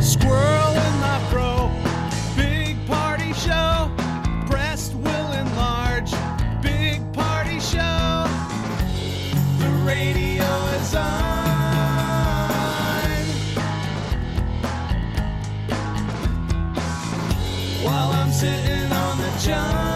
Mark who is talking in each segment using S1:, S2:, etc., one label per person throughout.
S1: Squirrel in my fro, big party show. Breast will enlarge, big party show. The radio is on. While I'm sitting on the john.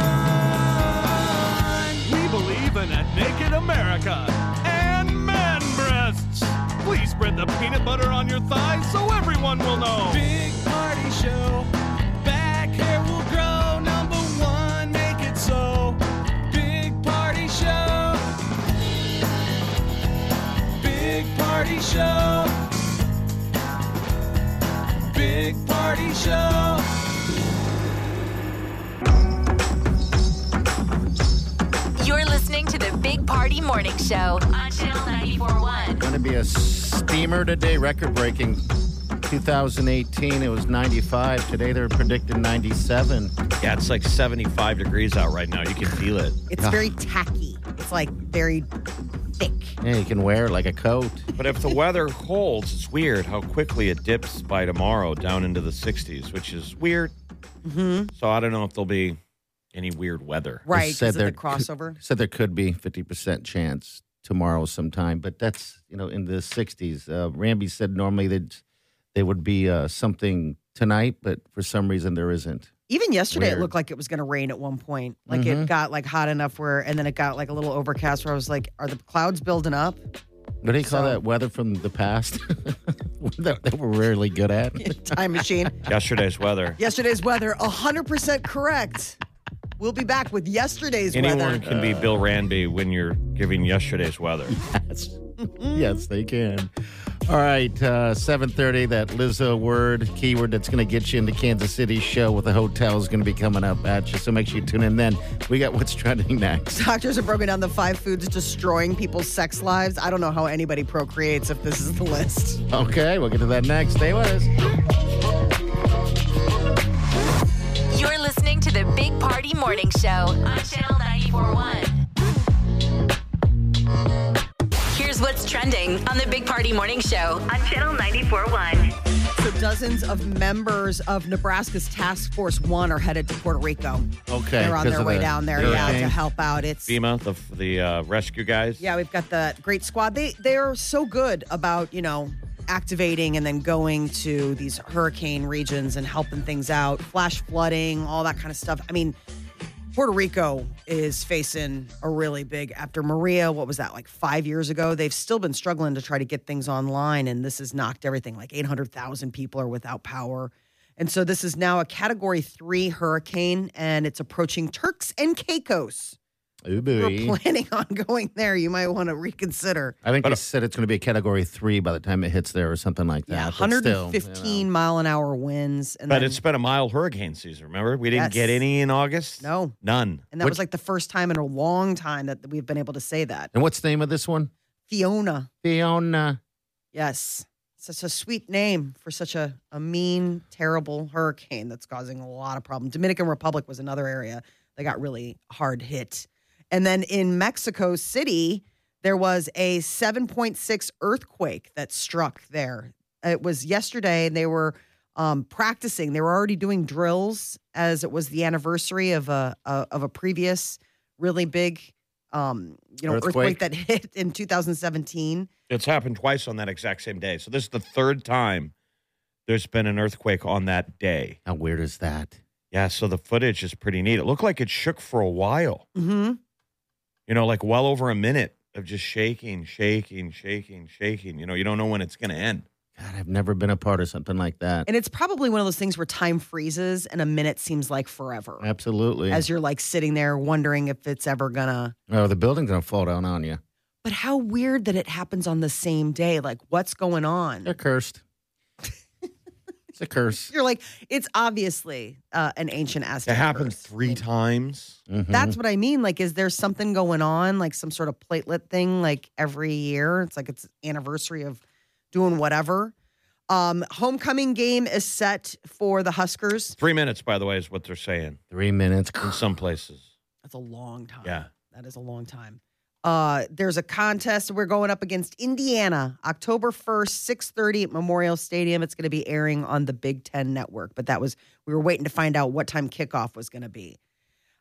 S1: We believe in a naked America and man breasts. Please spread the peanut butter on your thighs so everyone will know. Big party show. Back hair will grow. Number one, make it so. Big party show. Big party show. Big party show.
S2: You're listening to the Big Party Morning Show on Channel 94.1.
S3: Going to be a steamer today, record breaking. 2018, it was 95. Today they're predicting 97.
S4: Yeah, it's like 75 degrees out right now. You can feel it.
S5: It's very tacky. It's like very thick.
S3: Yeah, you can wear it like a coat.
S4: But if the weather holds, it's weird how quickly it dips by tomorrow down into the 60s, which is weird. Mm-hmm. So I don't know if there'll be any weird weather.
S3: They
S5: Right. Because of
S3: there
S5: the
S3: could-
S5: crossover.
S3: said there could be 50% chance tomorrow sometime, but that's, you know, in the 60s. Uh, Ramby said normally they'd, they would be uh, something tonight, but for some reason there isn't.
S5: Even yesterday,
S3: Weird.
S5: it looked like it was going to rain at one point. Like
S3: Mhm.
S5: it got like hot enough where, and then it got like a little overcast where I was like, are the clouds building up?
S3: What do you call
S5: So-
S3: that weather from the past that, that we're rarely good at?
S5: Time machine.
S4: Yesterday's weather.
S5: Yesterday's weather, 100% correct. We'll be back with yesterday's
S4: Anyone
S5: weather.
S4: can be Bill Ranby when you're giving yesterday's weather.
S3: Yes. yes, they can. All right, uh, 7.30, that Lizzo word, keyword that's going to get you into Kansas City show with the hotel is going to be coming up at you. So make sure you tune in then. We got what's trending next.
S5: Doctors have broken down the five foods destroying people's sex lives. I don't know how anybody procreates if this is the list.
S3: Okay, we'll get to that next. Stay with us.
S2: You're listening to the Big Party Morning Show on Channel 94.1. Here's what's trending on the Big Party Morning Show on Channel 94.1.
S5: So dozens of members of Nebraska's Task Force One are headed to Puerto Rico.
S3: Okay.
S5: They're on
S3: 'cause
S5: their
S3: of
S5: way
S3: the
S5: down there, yeah, to
S3: hurricane.
S5: help out. It's
S4: FEMA, the, the uh, rescue guys.
S5: yeah, we've got the great squad. They they are so good about you know activating and then going to these hurricane regions and helping things out, flash flooding, all that kind of stuff. I mean. Puerto Rico is facing a really big after Maria. What was that like five years ago? They've still been struggling to try to get things online, and this has knocked everything. Like eight hundred thousand people are without power, and so this is now a Category Three hurricane, and it's approaching Turks and Caicos.
S3: Ooh,
S5: If You're
S3: buoy.
S5: planning on going there. You might want to reconsider.
S3: I think
S4: But-
S3: they said it's going to be a category three by the time it hits there or something like that.
S5: Yeah,
S3: but still,
S5: 115 mile an hour winds, and
S4: But
S5: then-
S4: it's been a mild hurricane season, remember? We didn't
S5: Yes.
S4: get any in August.
S5: No.
S4: None.
S5: and that was like the first time in a long time that we've been able to say that.
S3: And what's the name of this one?
S5: Fiona,
S3: Fiona.
S5: yes, such a sweet name for such a, a mean, terrible hurricane that's causing a lot of problems. Dominican Republic was another area that got really hard hit, and then in Mexico City. There was a 7.6 earthquake that struck there. It was yesterday, and they were um, practicing. They were already doing drills as it was the anniversary of a, a of a previous really big, um, you know,
S3: Earthquake.
S5: earthquake. that hit in 2017.
S4: It's happened twice on that exact same day. So this is the third time there's been an earthquake on that day.
S3: How weird is that?
S4: Yeah, so the footage is pretty neat. It looked like it shook for a while,
S5: Mm-hmm.
S4: you know, like well over a minute of just shaking, shaking, shaking, shaking. You know, you don't know when it's going to end.
S3: God, I've never been a part of something like that.
S5: And it's probably one of those things where time freezes and a minute seems like forever.
S3: Absolutely.
S5: As you're like sitting there wondering if it's ever gonna.
S3: oh, the building's gonna fall down on you.
S5: But how weird that it happens on the same day. Like, what's going on?
S3: They're cursed. it's a curse.
S5: You're like, it's obviously uh, an ancient Aztec.
S4: It happened
S5: curse.
S4: three times.
S3: Mhm.
S5: That's what I mean. Like, is there something going on, like some sort of platelet thing, like every year? It's like it's anniversary of doing whatever. Um, homecoming game is set for the Huskers.
S4: Three minutes, by the way, is what they're saying
S3: three minutes.
S4: in some places.
S5: That's a long time.
S4: Yeah.
S5: That is a long time. Uh, there's a contest. We're going up against Indiana, October 1st, 6:30 at Memorial Stadium. It's going to be airing on the Big Ten Network. But that was we were waiting to find out what time kickoff was going to be.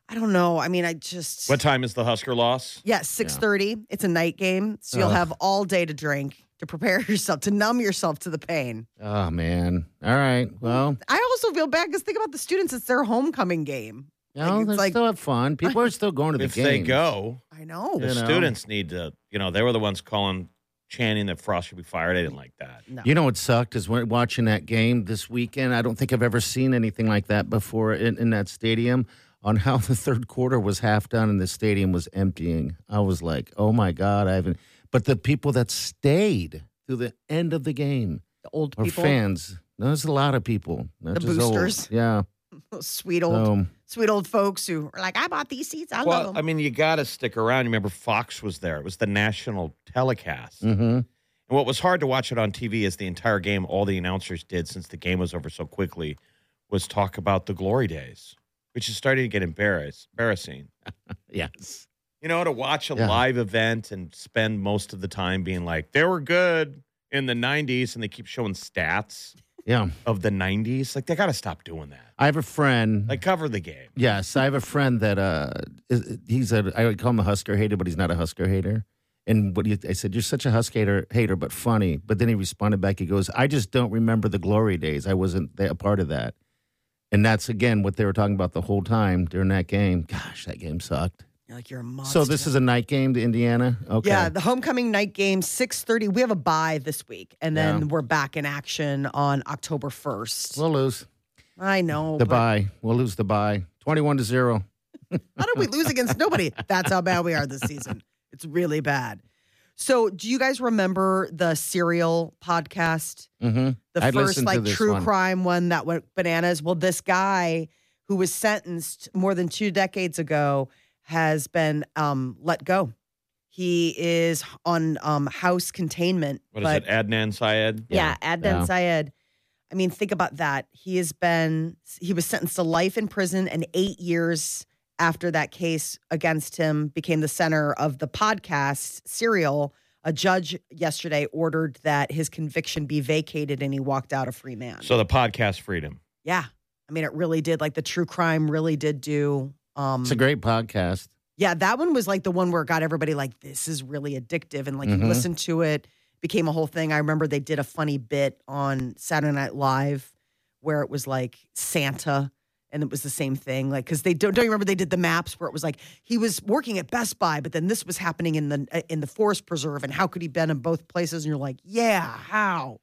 S5: I don't know. I mean, I just
S4: What time is the Husker loss?
S5: Yes, six thirty. It's a night game, so you'll
S3: Ugh.
S5: have all day to drink, to prepare yourself, to numb yourself to the pain.
S3: Oh man. All right. Well,
S5: I also feel bad because think about the students; it's their homecoming game.
S3: no,
S5: it's
S3: they
S5: like-
S3: still have fun. People are still going to the
S4: if
S3: game.
S4: they go,
S5: I know.
S4: the
S3: You know.
S4: students need to, you know, they were the ones calling, chanting that Frost should be fired. They didn't like that.
S5: No.
S3: You know what sucked is when watching that game this weekend. I don't think I've ever seen anything like that before in, in that stadium. On how the third quarter was half done and the stadium was emptying, I was like, "Oh my god!" I haven't. But the people that stayed through the end of the game
S5: the old
S3: are
S5: people,
S3: fans. There's a lot of people. Not
S5: The
S3: just old.
S5: boosters.
S3: Yeah.
S5: those sweet old,
S3: Um,
S5: sweet old folks who are like, "I bought these seats. I love
S4: well,
S5: them."
S4: I mean, you got to stick around. You remember Fox was there. It was the national telecast.
S3: hmm
S4: And what was hard to watch it on TV is the entire game, all the announcers did since the game was over so quickly was talk about the glory days, which is starting to get embarrass- embarrassing.
S3: Yes.
S4: You know, to watch a
S3: Yeah.
S4: live event and spend most of the time being like, they were good in the 90s, and they keep showing stats
S3: Yeah.
S4: of the 90s. Like, they got to stop doing that.
S3: I have a friend.
S4: Like, cover the game.
S3: Yes, I have a friend that uh, is, he's a I would call him a Husker hater, but he's not a Husker hater. And what he, I said, you're such a Husker hater, hater, but funny. But then he responded back. He goes, I just don't remember the glory days. I wasn't th- a part of that. And that's again what they were talking about the whole time during that game. Gosh, that game sucked.
S5: You're like, "You're a monster."
S3: So this is a night game to Indiana. Okay.
S5: Oh, Yeah, the homecoming night game, six thirty. We have a bye this week, and then
S3: Yeah.
S5: we're back in action on October first.
S3: we'll lose
S5: I know.
S3: the
S5: but
S3: bye. We'll lose the bye. Twenty-one to zero.
S5: How did we lose against nobody? That's how bad we are this season. It's really bad. So, do you guys remember the Serial podcast?
S3: Mm-hmm.
S5: The
S3: I
S5: first
S3: listened to
S5: like
S3: this
S5: true
S3: one.
S5: crime one that went bananas. Well, this guy who was sentenced more than two decades ago has been um, let go. He is on um, house containment.
S4: What is
S5: but-
S4: it? Adnan Syed?
S5: yeah, Adnan
S3: Yeah.
S5: Syed. I mean, think about that. He has been he was sentenced to life in prison and 8 years after that case against him became the center of the podcast Serial. A judge yesterday ordered that his conviction be vacated and he walked out a free man.
S4: So the podcast freedom.
S5: yeah. I mean, it really did like the true crime really did do um
S3: It's a great podcast.
S5: yeah, that one was like the one where it got everybody like, this is really addictive. And like,
S3: Mhm.
S5: you listen to it, became a whole thing. I remember they did a funny bit on Saturday Night Live where it was like Santa. And it was the same thing, like because they don't don't you remember they did the maps where it was like he was working at Best Buy, but then this was happening in the in the forest preserve, and how could he been in both places? And you're like, yeah, how?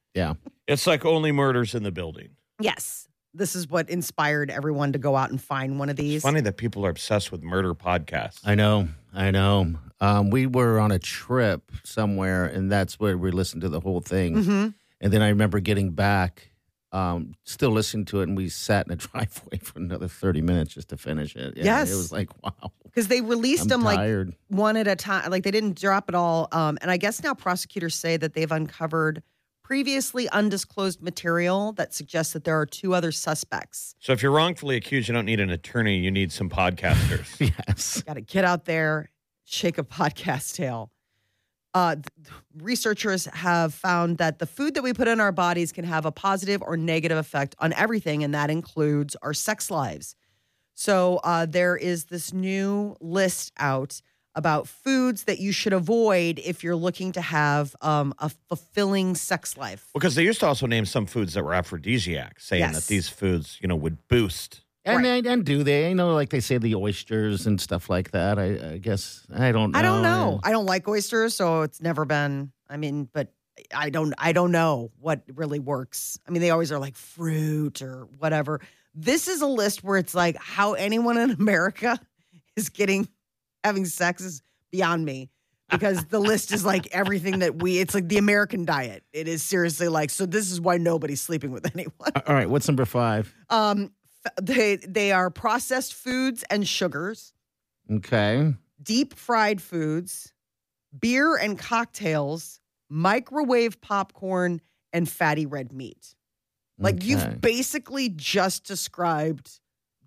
S4: It's like only murders in the building.
S5: Yes, this is what inspired everyone to go out and find one of
S4: It's
S5: these.
S4: funny that people are obsessed with murder podcasts.
S3: I know, I know. Um, we were on a trip somewhere, and that's where we listened to the whole thing.
S5: hmm
S3: And then I remember getting back, um, still listening to it, and we sat in a driveway for another thirty minutes just to finish it. Yeah,
S5: Yes.
S3: it was like wow.
S5: Because they released
S3: I'm
S5: them like
S3: tired.
S5: one at a time. Like they didn't drop it all. Um, and I guess now prosecutors say that they've uncovered previously undisclosed material that suggests that there are two other suspects.
S4: So if you're wrongfully accused, you don't need an attorney. You need some podcasters.
S3: yes.
S5: Got to get out there, shake a podcast tail. Uh, th- researchers have found that the food that we put in our bodies can have a positive or negative effect on everything, and that includes our sex lives. So uh, there is this new list out about foods that you should avoid if you're looking to have um, a fulfilling sex life.
S4: because they used to also name some foods that were aphrodisiac, saying
S5: Yes.
S4: that these foods, you know, would boost.
S3: And, and and do they? I know, like they say, the oysters and stuff like that. I, I guess I don't. know.
S5: I don't know. I don't like oysters, so it's never been. I mean, but I don't I don't know what really works. I mean, they always are like fruit or whatever. This is a list where it's like how anyone in America is getting having sex is beyond me because the list is like everything that we it's like the American diet. It is seriously like so this is why nobody's sleeping with anyone.
S3: All right, what's number five?
S5: Um f- they they are processed foods and sugars,
S3: Okay.
S5: deep fried foods, beer and cocktails, microwave popcorn and fatty red meat. Like
S3: Okay.
S5: you've basically just described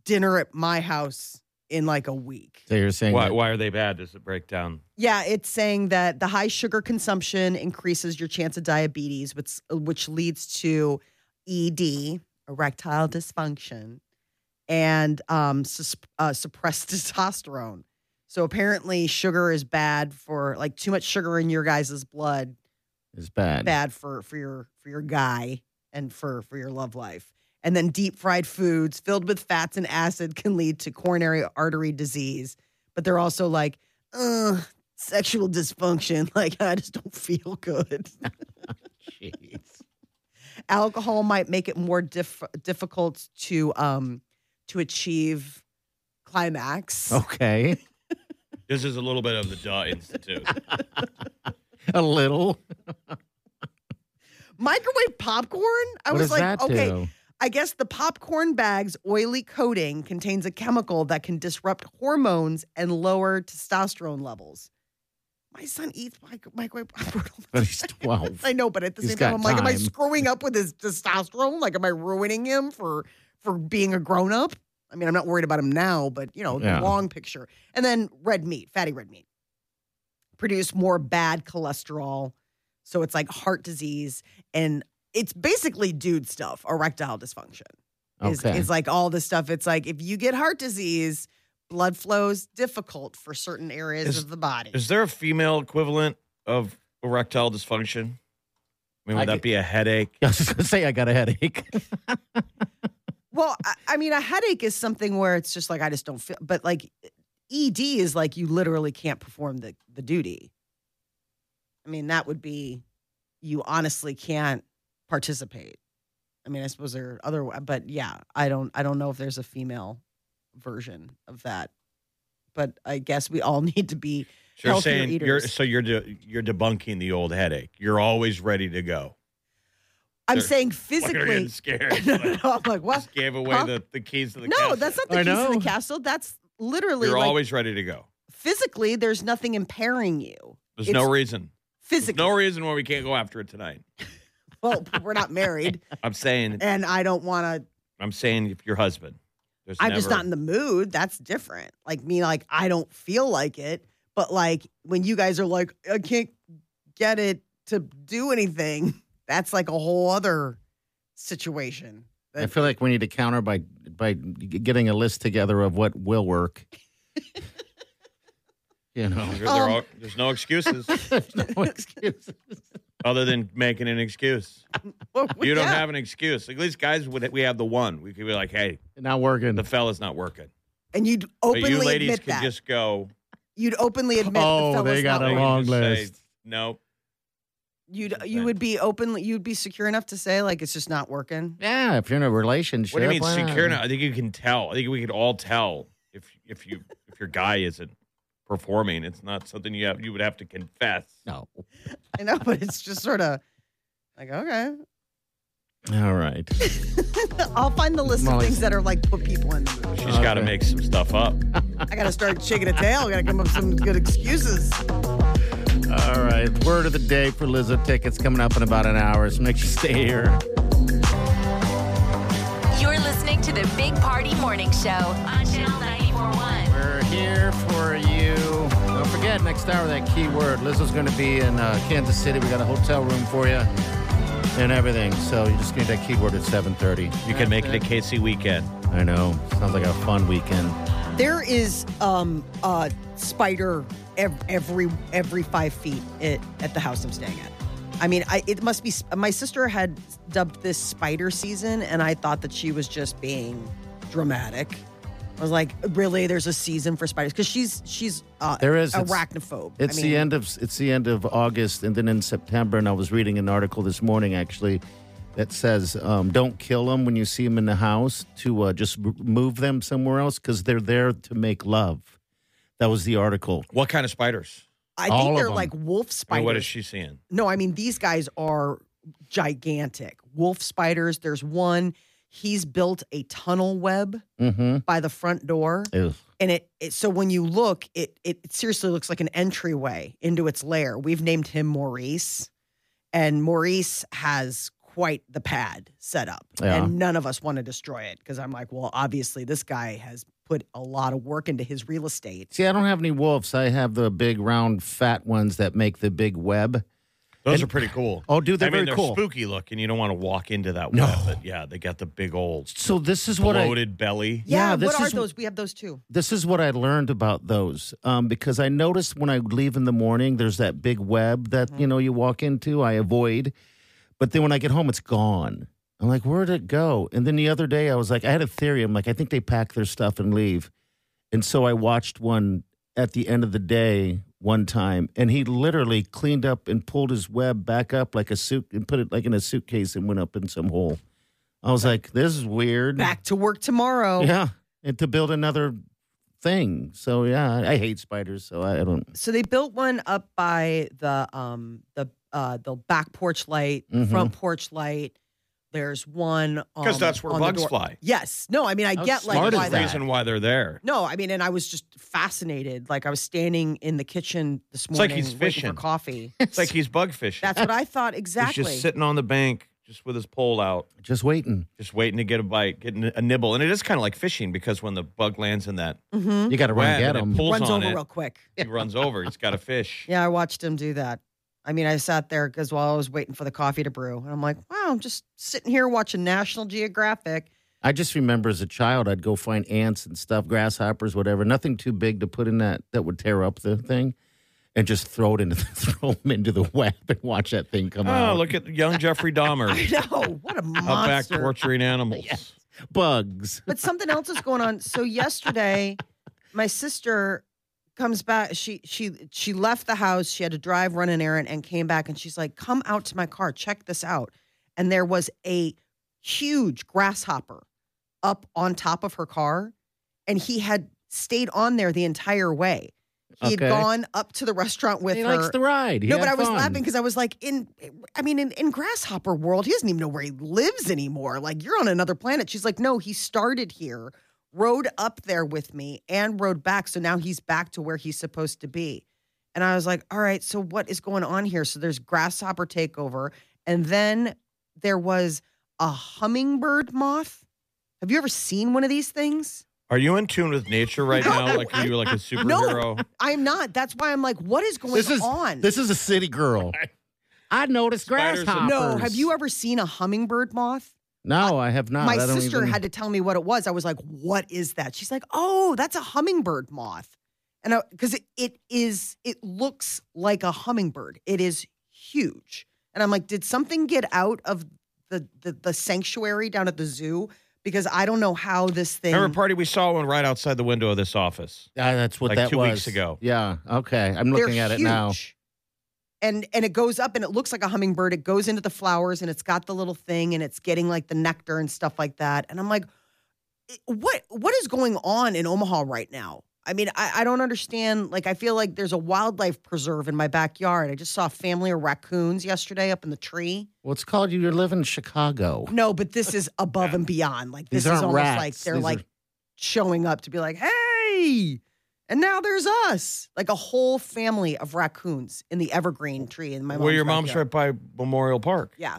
S5: dinner at my house in like a week.
S3: So you're saying
S4: Why,
S3: that-
S4: why are they bad? Does it break down?
S5: Yeah, it's saying that the high sugar consumption increases your chance of diabetes, which which leads to ED, erectile dysfunction, and um, sus- uh, suppressed testosterone. So apparently, sugar is bad for like too much sugar in your guys' blood,
S3: is bad.
S5: bad for for your for your guy and for for your love life. And then deep fried foods filled with fats and acid can lead to coronary artery disease. But they're also like, ugh, sexual dysfunction. Like I just don't feel good.
S3: Jeez.
S5: Alcohol might make it more diff- difficult to um to achieve climax.
S3: Oh. Okay.
S4: This is a little bit of the Duh Institute.
S3: A little.
S5: Microwave popcorn.
S3: what
S5: I was
S3: does
S5: like,
S3: that
S5: okay,
S3: do?
S5: I guess the popcorn bag's oily coating contains a chemical that can disrupt hormones and lower testosterone levels. My son eats mic- microwave popcorn. all the
S3: But he's
S5: time.
S3: 12.
S5: I know, but at the
S3: He's
S5: same time,
S3: got
S5: I'm like, am I
S3: time.
S5: screwing up with his testosterone? Like, am I ruining him for for being a grown up? I mean, I'm not worried about him now, but you know,
S3: Yeah.
S5: the long picture. And then red meat, fatty red meat, produce more bad cholesterol. So it's like heart disease, and it's basically dude stuff, erectile dysfunction is,
S3: Okay.
S5: is like all this stuff. It's like if you get heart disease, blood flows difficult for certain areas
S4: Is-
S5: of the body.
S4: Is there a female equivalent of erectile dysfunction? I mean, would
S3: I
S4: that
S3: get-
S4: be a headache?
S3: I was just gonna say I got a headache.
S5: well, I, I mean, a headache is something where it's just like I just don't feel. But like ED is like you literally can't perform the the duty. I mean, that would be you honestly can't participate. I mean, I suppose there are other, but yeah, I don't, I don't know if there's a female version of that. But I guess we all need to be
S4: So you're
S5: Healthier
S4: saying you're
S5: eaters.
S4: so you're de- you're debunking the old headache. You're always ready to go.
S5: I'm
S4: They're
S5: saying
S4: Like, you're getting
S5: physically.
S4: scared.
S5: no, no, no, I'm like, what?
S4: Just gave away
S5: Huh?
S4: the, the keys to the
S5: No,
S4: castle.
S5: that's not
S3: I
S5: the keys to
S3: know.
S5: the castle. That's literally
S4: You're
S5: like
S4: always ready to go.
S5: physically. There's nothing impairing you
S4: There's
S5: It's
S4: no reason. There's
S5: physically.
S4: no reason why we can't go after it tonight.
S5: well, we're not married,
S4: I'm saying
S5: and I don't want to.
S4: I'm saying if your husband. There's
S5: I'm just
S4: never-
S5: not in the mood. That's different. Like me, like I don't feel like it. But like when you guys are like, I can't get it to do anything. That's like a whole other situation.
S3: I feel like we need to counter by by getting a list together of what will work. you know,
S4: There- there
S5: Um,
S4: are- there's no excuses
S3: there's no excuses.
S4: other than making an excuse.
S5: Well,
S4: You don't
S5: yeah.
S4: have an excuse. At least guys would we have the one. We could be like, hey,
S3: Not working.
S4: the fella's not working.
S5: and you'd
S4: But
S5: openly
S4: you ladies
S5: admit
S4: could
S5: that.
S4: just go.
S5: you'd openly admit. the
S3: oh, they
S5: fella's
S3: got
S5: not
S3: a
S4: working.
S3: long
S4: Just say-
S3: list.
S4: No,
S5: You'd
S4: Interesting.
S5: you would be openly you'd be secure enough to say like it's just not working.
S3: yeah, if you're in a relationship.
S4: What do you mean
S3: wow.
S4: secure? Now? I think you can tell. I think we could all tell if if you if your guy isn't performing. It's not something you have, you would have to confess.
S3: No.
S5: I know, but it's just sort of like okay.
S3: All right.
S5: I'll find the list
S3: Molly.
S5: of things that are like put people in. the mood.
S4: She's got to
S3: Okay.
S4: make some stuff up.
S5: I gotta start shaking a tail. Gotta come up with some good excuses.
S3: All right. Word of the day for Lizzo tickets coming up in about an hour. So make sure you stay here.
S2: You're listening to the Big Party Morning Show on Channel 941.
S3: We're here for you. Don't forget, next hour, that key word. Lizzo's going to be in uh, Kansas City. We got a hotel room for you and everything. So you just need that keyword at 7.30.
S4: You can make it a KC weekend.
S3: I know. Sounds like a fun weekend.
S5: There is um a spider ev- every every five feet at, at the house I'm staying at. I mean, I, it must be. My sister had dubbed this spider season, and I thought that she was just being dramatic. I was like, really? There's a season for spiders because she's she's uh,
S3: There is. It's-
S5: arachnophobe.
S3: It's the end of it's the end of August, and then in September. And I was reading an article this morning actually that says um, don't kill them when you see them in the house. To uh, just m- move them somewhere else because they're there to make love. That was the article.
S4: What kind of spiders?
S5: I
S3: all
S5: think
S3: of
S5: they're
S3: them.
S5: like wolf
S4: I mean,
S5: spiders.
S4: what is she seeing?
S5: No, I mean these guys are gigantic wolf spiders. There's one. He's built a tunnel web
S3: Mm-hmm.
S5: by the front door, and it, it so when you look, it it seriously looks like an entryway into its lair. We've named him Maurice, and Maurice has quite the pad set up,
S3: Yeah.
S5: and none of us want to destroy it because I'm like, well, obviously this guy has put a lot of work into his real estate.
S3: See, I don't have any wolves. I have the big, round, fat ones that make the big web.
S4: Those
S3: And-
S4: are pretty cool.
S3: Oh, dude, they're
S4: I mean,
S3: very
S4: they're
S3: cool.
S4: spooky looking. You don't want to walk into that
S3: No.
S4: web. But yeah, they got the big old
S3: So this is what I
S4: bloated belly.
S3: Yeah, this
S5: what are
S3: is-
S5: those? We have those too.
S3: this is what I learned about those um, because I noticed when I would leave in the morning, there's that big web that you know you walk into. I avoid, but then when I get home, it's gone. I'm like, where'd it go? And then the other day, I was like, I had a theory. I'm like, I think they pack their stuff and leave. And so I watched one at the end of the day one time, and he literally cleaned up and pulled his web back up like a suit and put it like in a suitcase and went up in some hole. I was like, this is weird.
S5: Back to work tomorrow.
S3: Mm. Yeah, and to build another thing. So yeah, I, I hate spiders. So I, I don't.
S5: so they built one up by the um the uh the back porch light,
S3: Mhm.
S5: front porch light. There's one um,
S4: Because Mm-hmm. that's where
S5: on the
S4: bugs
S5: door.
S4: fly.
S5: Yes. No, I mean I
S3: How
S5: get like
S3: smart is
S5: why
S4: That's the
S5: that.
S3: that?
S4: reason why they're there.
S5: No, I mean, and I was just fascinated. Like I was standing in the kitchen this
S4: like
S5: morning,
S4: he's
S5: waiting
S4: fishing.
S5: for coffee.
S4: It's like he's bug fishing.
S5: That's what I thought exactly.
S4: He's just sitting on the bank, just with his pole out,
S3: Just waiting.
S4: just waiting to get a bite, getting a nibble. And it is kind of like fishing because when the bug lands in that
S5: Mhm.
S3: You got to run
S4: web
S3: and get
S4: and it
S3: them.
S4: pulls
S5: Runs
S4: on
S5: over
S4: it,
S5: real quick.
S4: he runs over. He's got a fish.
S5: Yeah, I watched him do that. I mean, I sat there because while I was waiting for the coffee to brew, and I'm like, wow, I'm just sitting here watching National Geographic.
S3: I just remember as a child, I'd go find ants and stuff, grasshoppers, whatever. Nothing too big to put in that that would tear up the thing, and just throw it into the, throw them into the web and watch that thing come
S4: Oh,
S3: out.
S4: look at young Jeffrey Dahmer
S5: No, what a monster!
S4: out back torturing animals.
S3: Bugs.
S5: But something else is going on. So yesterday, my sister comes back. She she she left the house. She had to drive, run an errand, and came back. And she's like, "Come out to my car. Check this out." And there was a huge grasshopper up on top of her car, and he had stayed on there the entire way. He had
S3: Okay.
S5: gone up to the restaurant with
S3: he
S5: her.
S3: likes the ride. He
S5: no,
S3: had
S5: but I was
S3: fun.
S5: laughing because I was like, in, I mean, in, in Grasshopper world, he doesn't even know where he lives anymore. Like, you're on another planet. She's like, no, he started here, rode up there with me, and rode back. So now he's back to where he's supposed to be. And I was like, all right, so what is going on here? So there's Grasshopper Takeover. And then there was a hummingbird moth. Have you ever seen one of these things?
S4: Are you in tune with nature right now? Like are you like a superhero?
S5: I'm not. That's why I'm like, what is going
S3: This is
S5: on?
S3: this is a city girl. I noticed
S4: Spiders and-
S3: grasshoppers.
S5: no, have you ever seen a hummingbird moth?
S3: No, I have not.
S5: my
S3: I don't
S5: sister
S3: even-
S5: had to tell me what it was. I was like, "What is that?" She's like, "Oh, that's a hummingbird moth," and because it, it is, it looks like a hummingbird. It is huge, and I'm like, "Did something get out of the the, the sanctuary down at the zoo?" Because I don't know how this thing.
S4: Remember party we saw one right outside the window of this office.
S3: Ah, that's what
S4: Like
S3: that
S4: two
S3: was
S4: weeks ago.
S3: Yeah. Okay. I'm looking
S5: They're
S3: at it now.
S5: huge. And and it goes up and it looks like a hummingbird. It goes into the flowers and it's got the little thing and it's getting like the nectar and stuff like that. And I'm like, "I- what what is going on in Omaha right now? I mean, I, I don't understand. Like, I feel like there's a wildlife preserve in my backyard. I just saw a family of raccoons yesterday up in the tree.
S3: Well, it's called you. You live in Chicago.
S5: No, but this is above and beyond. Like
S3: These
S5: this is
S3: aren't
S5: almost
S3: rats.
S5: like they're
S3: These are-
S5: like showing up to be like, hey, and now there's us. Like a whole family of raccoons in the evergreen tree in my mom's
S4: Where your mom's
S5: backyard.
S4: right by Memorial Park.
S5: Yeah.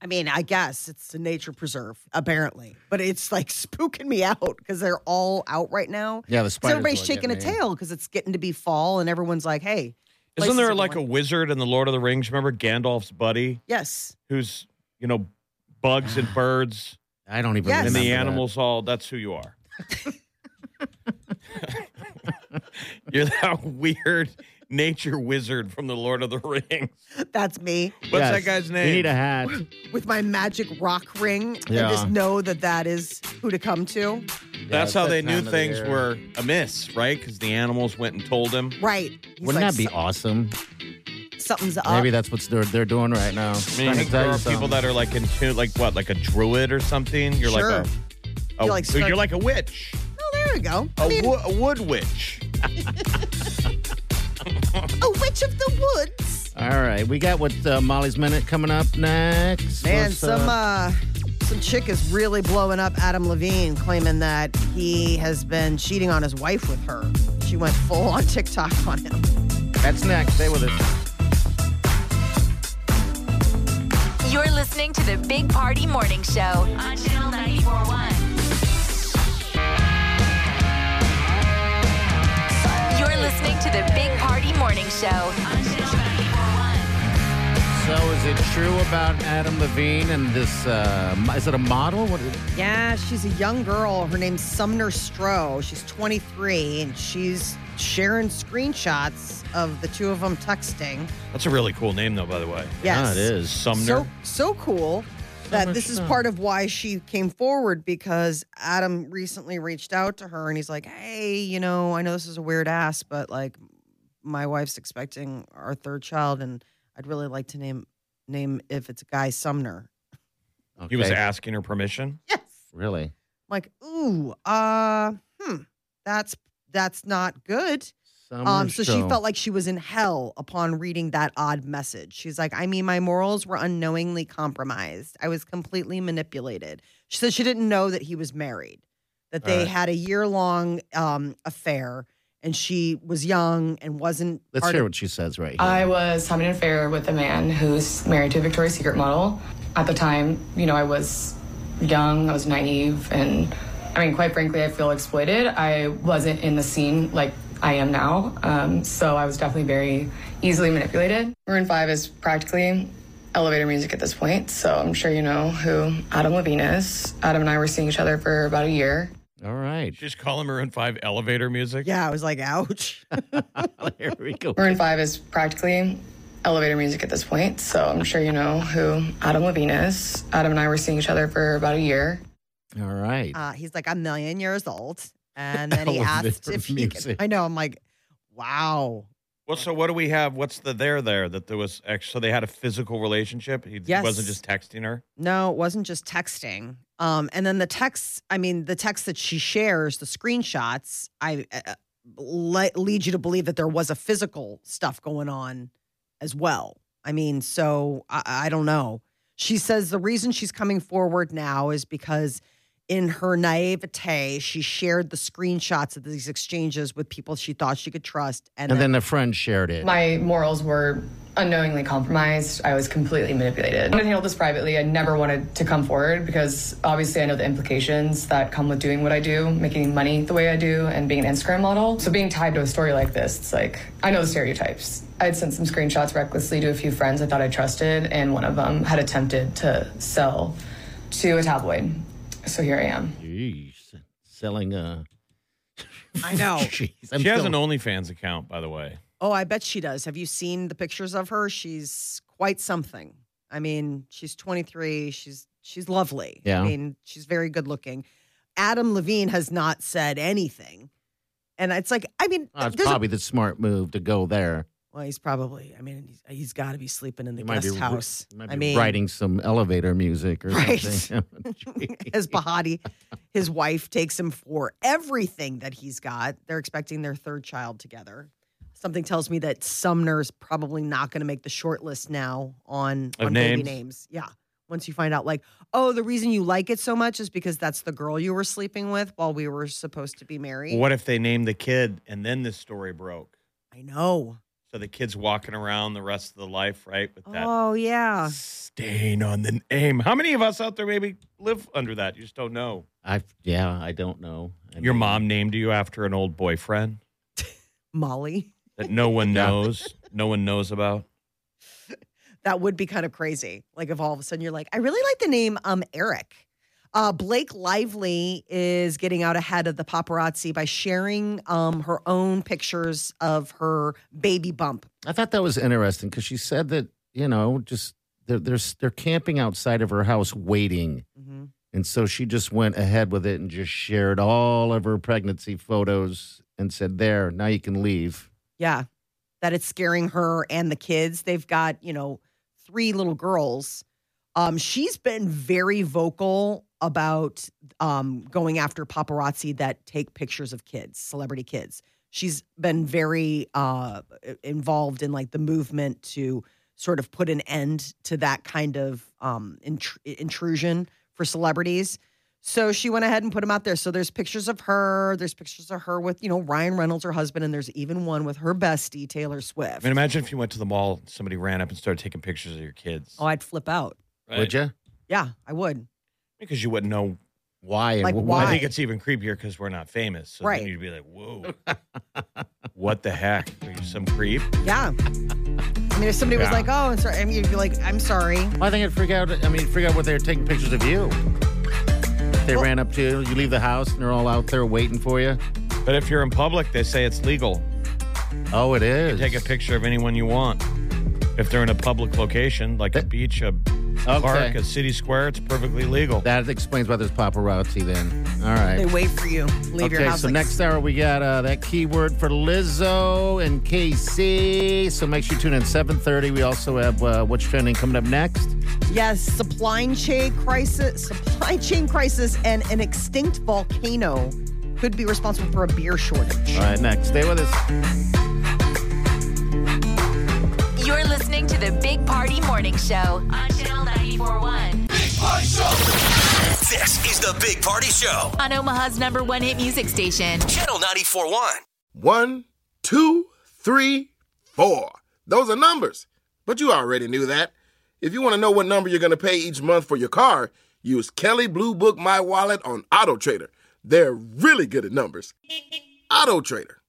S5: I mean, I guess it's a nature preserve, apparently. But it's like spooking me out because they're all out right now.
S3: Yeah, the
S5: So
S3: spiders.
S5: everybody's
S3: are
S5: shaking a
S3: getting me.
S5: tail because it's getting to be fall and everyone's like, hey,
S4: Isn't
S5: places
S4: there
S5: are
S4: like a
S5: going-
S4: wizard in the Lord of the Rings? Remember Gandalf's buddy
S5: Yes.
S4: who's, you know, bugs and birds
S3: I don't even.
S5: Yes.
S4: and the
S3: remember that.
S4: animals all that's who you are. You're that weird nature wizard from the Lord of the Rings.
S5: That's me
S4: What's that guy's name?
S3: You need a hat.
S5: with my magic rock ring.
S3: Yeah.
S5: And just know that that is who to come to.
S4: That's
S3: Yeah,
S4: how
S3: it's
S4: they
S3: that
S4: knew
S3: time of the
S4: things
S3: year.
S4: were amiss, right? Because the animals went and told him.
S5: Right. He's
S3: Wouldn't
S5: like, Uh,
S3: that be awesome?
S5: "S- Something's up.
S3: Maybe that's what they're, they're doing right now.
S4: I mean,
S3: Trying to tell
S4: there
S3: you
S4: are people
S3: something.
S4: that are like in tune, like what, like a druid or something. You're
S5: Sure.
S4: like a, a-
S5: You're like stuck-
S4: you're like a witch,
S5: oh, there we go.
S4: a,
S5: I mean,
S4: wo- a wood witch.
S5: a witch of the woods.
S3: All right, we got what uh, Molly's minute coming up next.
S5: Man,
S3: Let's,
S5: some uh, some chick is really blowing up Adam Levine, claiming that he has been cheating on his wife with her. She went full on TikTok on him.
S3: that's next. Stay with us.
S2: You're listening to the Big Party Morning Show on Channel 941. You're listening to the Big Party Morning Show on Channel 941.
S3: So, is it true about Adam Levine and this? Uh, mo- is it a model? What is it?
S5: Yeah, she's a young girl. Her name's Sumner Stroh. She's 23, and she's sharing screenshots of the two of them texting.
S4: That's a really cool name, though, by the way.
S5: Yes.
S3: Ah, it is.
S4: Sumner.
S5: So, so cool that
S3: Sumner
S5: this is
S3: Stroh.
S5: part of why she came forward because Adam recently reached out to her and he's like, hey, you know, I know this is a weird ass, but like my wife's expecting our third child, and I'd really like to name name if it's a guy Sumner.
S4: he was
S3: Okay,
S4: asking her permission.
S5: Yes.
S3: really.
S5: I'm like, ooh, uh, hmm, that's that's not good.
S3: Summer
S5: Um, so she
S3: Stowe.
S5: felt like she was in hell upon reading that odd message. She's like, I mean, my morals were unknowingly compromised. I was completely manipulated. She said she didn't know that he was married, that they
S3: Alright.
S5: had a year long um affair, and she was young and wasn't.
S3: Let's
S5: part
S3: hear
S5: of- Uh,
S3: what she says right here.
S6: I was having an affair with a man who's married to a Victoria's Secret model. At the time, you know, I was young, I was naive, and I mean, quite frankly, I feel exploited. I wasn't in the scene like I am now, um, so I was definitely very easily manipulated. Maroon 5 is practically elevator music at this point, so I'm sure you know who Adam Levine is. Adam and I were seeing each other for about a year.
S3: All right,
S4: Just call him Maroon Five elevator music.
S5: yeah, I was like, ouch.
S3: here we go.
S6: Maroon 5 is practically elevator music at this point, so I'm sure you know who Adam Levine is. Adam and I were seeing each other for about a year.
S3: All right.
S5: Uh, he's like a million years old, and then he asked
S3: Elevator
S5: if he. Could,
S3: music.
S5: I know. I'm like, wow.
S4: Well, so what do we have? What's the there there that there was? Ex- so they had a physical relationship. He
S5: Yes.
S4: wasn't just texting her.
S5: No, it wasn't just texting. Um, and then the texts, I mean, the texts that she shares, the screenshots, I uh, le- lead you to believe that there was a physical stuff going on as well. I mean, so I, I don't know. She says the reason she's coming forward now is because in her naivete, she shared the screenshots of these exchanges with people she thought she could trust. And,
S3: And then the friend shared it.
S6: My morals were unknowingly compromised. I was completely manipulated. I wanted to handle this privately. I never wanted to come forward because obviously I know the implications that come with doing what I do, making money the way I do, and being an Instagram model. So being tied to a story like this, it's like I know the stereotypes. I had sent some screenshots recklessly to a few friends I thought I trusted, and one of them had attempted to sell to a tabloid. So here I am.
S3: Jeez, selling uh
S5: I know.
S3: Jeez, I'm
S4: she has
S3: still-
S4: an OnlyFans account, by the way.
S5: Oh, I bet she does. Have you seen the pictures of her? She's quite something. I mean, she's 23. She's she's lovely.
S3: Yeah.
S5: I mean, she's very good looking. Adam Levine has not said anything. And it's like, I mean,
S3: Oh, it's
S5: there's a-
S3: probably the smart move to go there.
S5: well, he's probably, I mean, he's, he's got to be sleeping in the
S3: He might
S5: guest
S3: be ri-
S5: house.
S3: You might be
S5: I mean,
S3: writing some elevator music or
S5: Right.
S3: something.
S5: his Bahati, his wife takes him for everything that he's got. They're expecting their third child together. Something tells me that Sumner's probably not going to make the short list now on,
S4: Of
S5: on baby
S4: names?
S5: names. Yeah. Once you find out, like, oh, the reason you like it so much is because that's the girl you were sleeping with while we were supposed to be married.
S4: What if they named the kid and then this story broke?
S5: I know.
S4: So the kid's walking around the rest of the life, right, with that
S5: Oh, yeah.
S4: stain on the name. How many of us out there maybe live under that? You just don't know.
S3: I yeah, I don't know. I
S4: Your
S3: mean,
S4: mom named you after an old boyfriend
S5: Molly.
S4: that no one knows, no one knows about.
S5: That would be kind of crazy. Like, if all of a sudden you're like, I really like the name um Eric. Uh, Blake Lively is getting out ahead of the paparazzi by sharing um, her own pictures of her baby bump.
S3: I thought that was interesting because she said that you know just they're they're, they're camping outside of her house waiting, and so she just went ahead with it and just shared all of her pregnancy photos and said, "There, now you can leave."
S5: Yeah, that it's scaring her and the kids. They've got you know three little girls. Um, she's been very vocal about um, going after paparazzi that take pictures of kids, celebrity kids. She's been very uh, involved in like the movement to sort of put an end to that kind of um, intr- intrusion for celebrities. So she went ahead and put them out there. So there's pictures of her. There's pictures of her with you know Ryan Reynolds, her husband, and there's even one with her bestie Taylor Swift.
S4: I mean, imagine if you went to the mall, somebody ran up and started taking pictures of your kids.
S5: oh, I'd flip out.
S3: Would you?
S5: Yeah, I would.
S4: Because you wouldn't know.
S3: Why? and
S5: Like,
S3: wh-
S4: I
S5: why?
S4: think it's even creepier because we're not famous. So
S5: Right.
S4: then you'd be like, whoa, what the heck? Are you some creep?
S5: Yeah. I mean, if somebody was
S4: Yeah.
S5: like, "Oh, I'm sorry," I mean, you'd be like, "I'm sorry."
S3: Well, I think I'd freak out. I mean, freak out what they're taking pictures of you. They ran up to you. You leave the house, and they're all out there waiting for you.
S4: But if you're in public, they say it's legal.
S3: Oh, it is.
S4: Take a picture of anyone you want. If they're in a public location, like a beach, a park, a city square, it's perfectly legal.
S3: That explains why there's paparazzi. Then, all right.
S5: They wait for you. Leave
S3: okay,
S5: your house.
S3: so
S5: like,
S3: next hour we got uh, that keyword for Lizzo and KC. So make sure you tune in 7:30. We also have uh, what's trending coming up next.
S5: Yes, supply chain crisis, supply chain crisis, and an extinct volcano could be responsible for a beer shortage.
S3: All right, next. Stay with us.
S2: You're listening to the Big Party Morning Show on Channel 941.
S7: This is the Big Party Show,
S2: On Omaha's number one hit music station.
S7: Channel 941.
S8: One, two, three, four. Those are numbers. But you already knew that. If you want to know what number you're going to pay each month for your car, use Kelly Blue Book My Wallet on Auto Trader. They're really good at numbers. Auto Trader.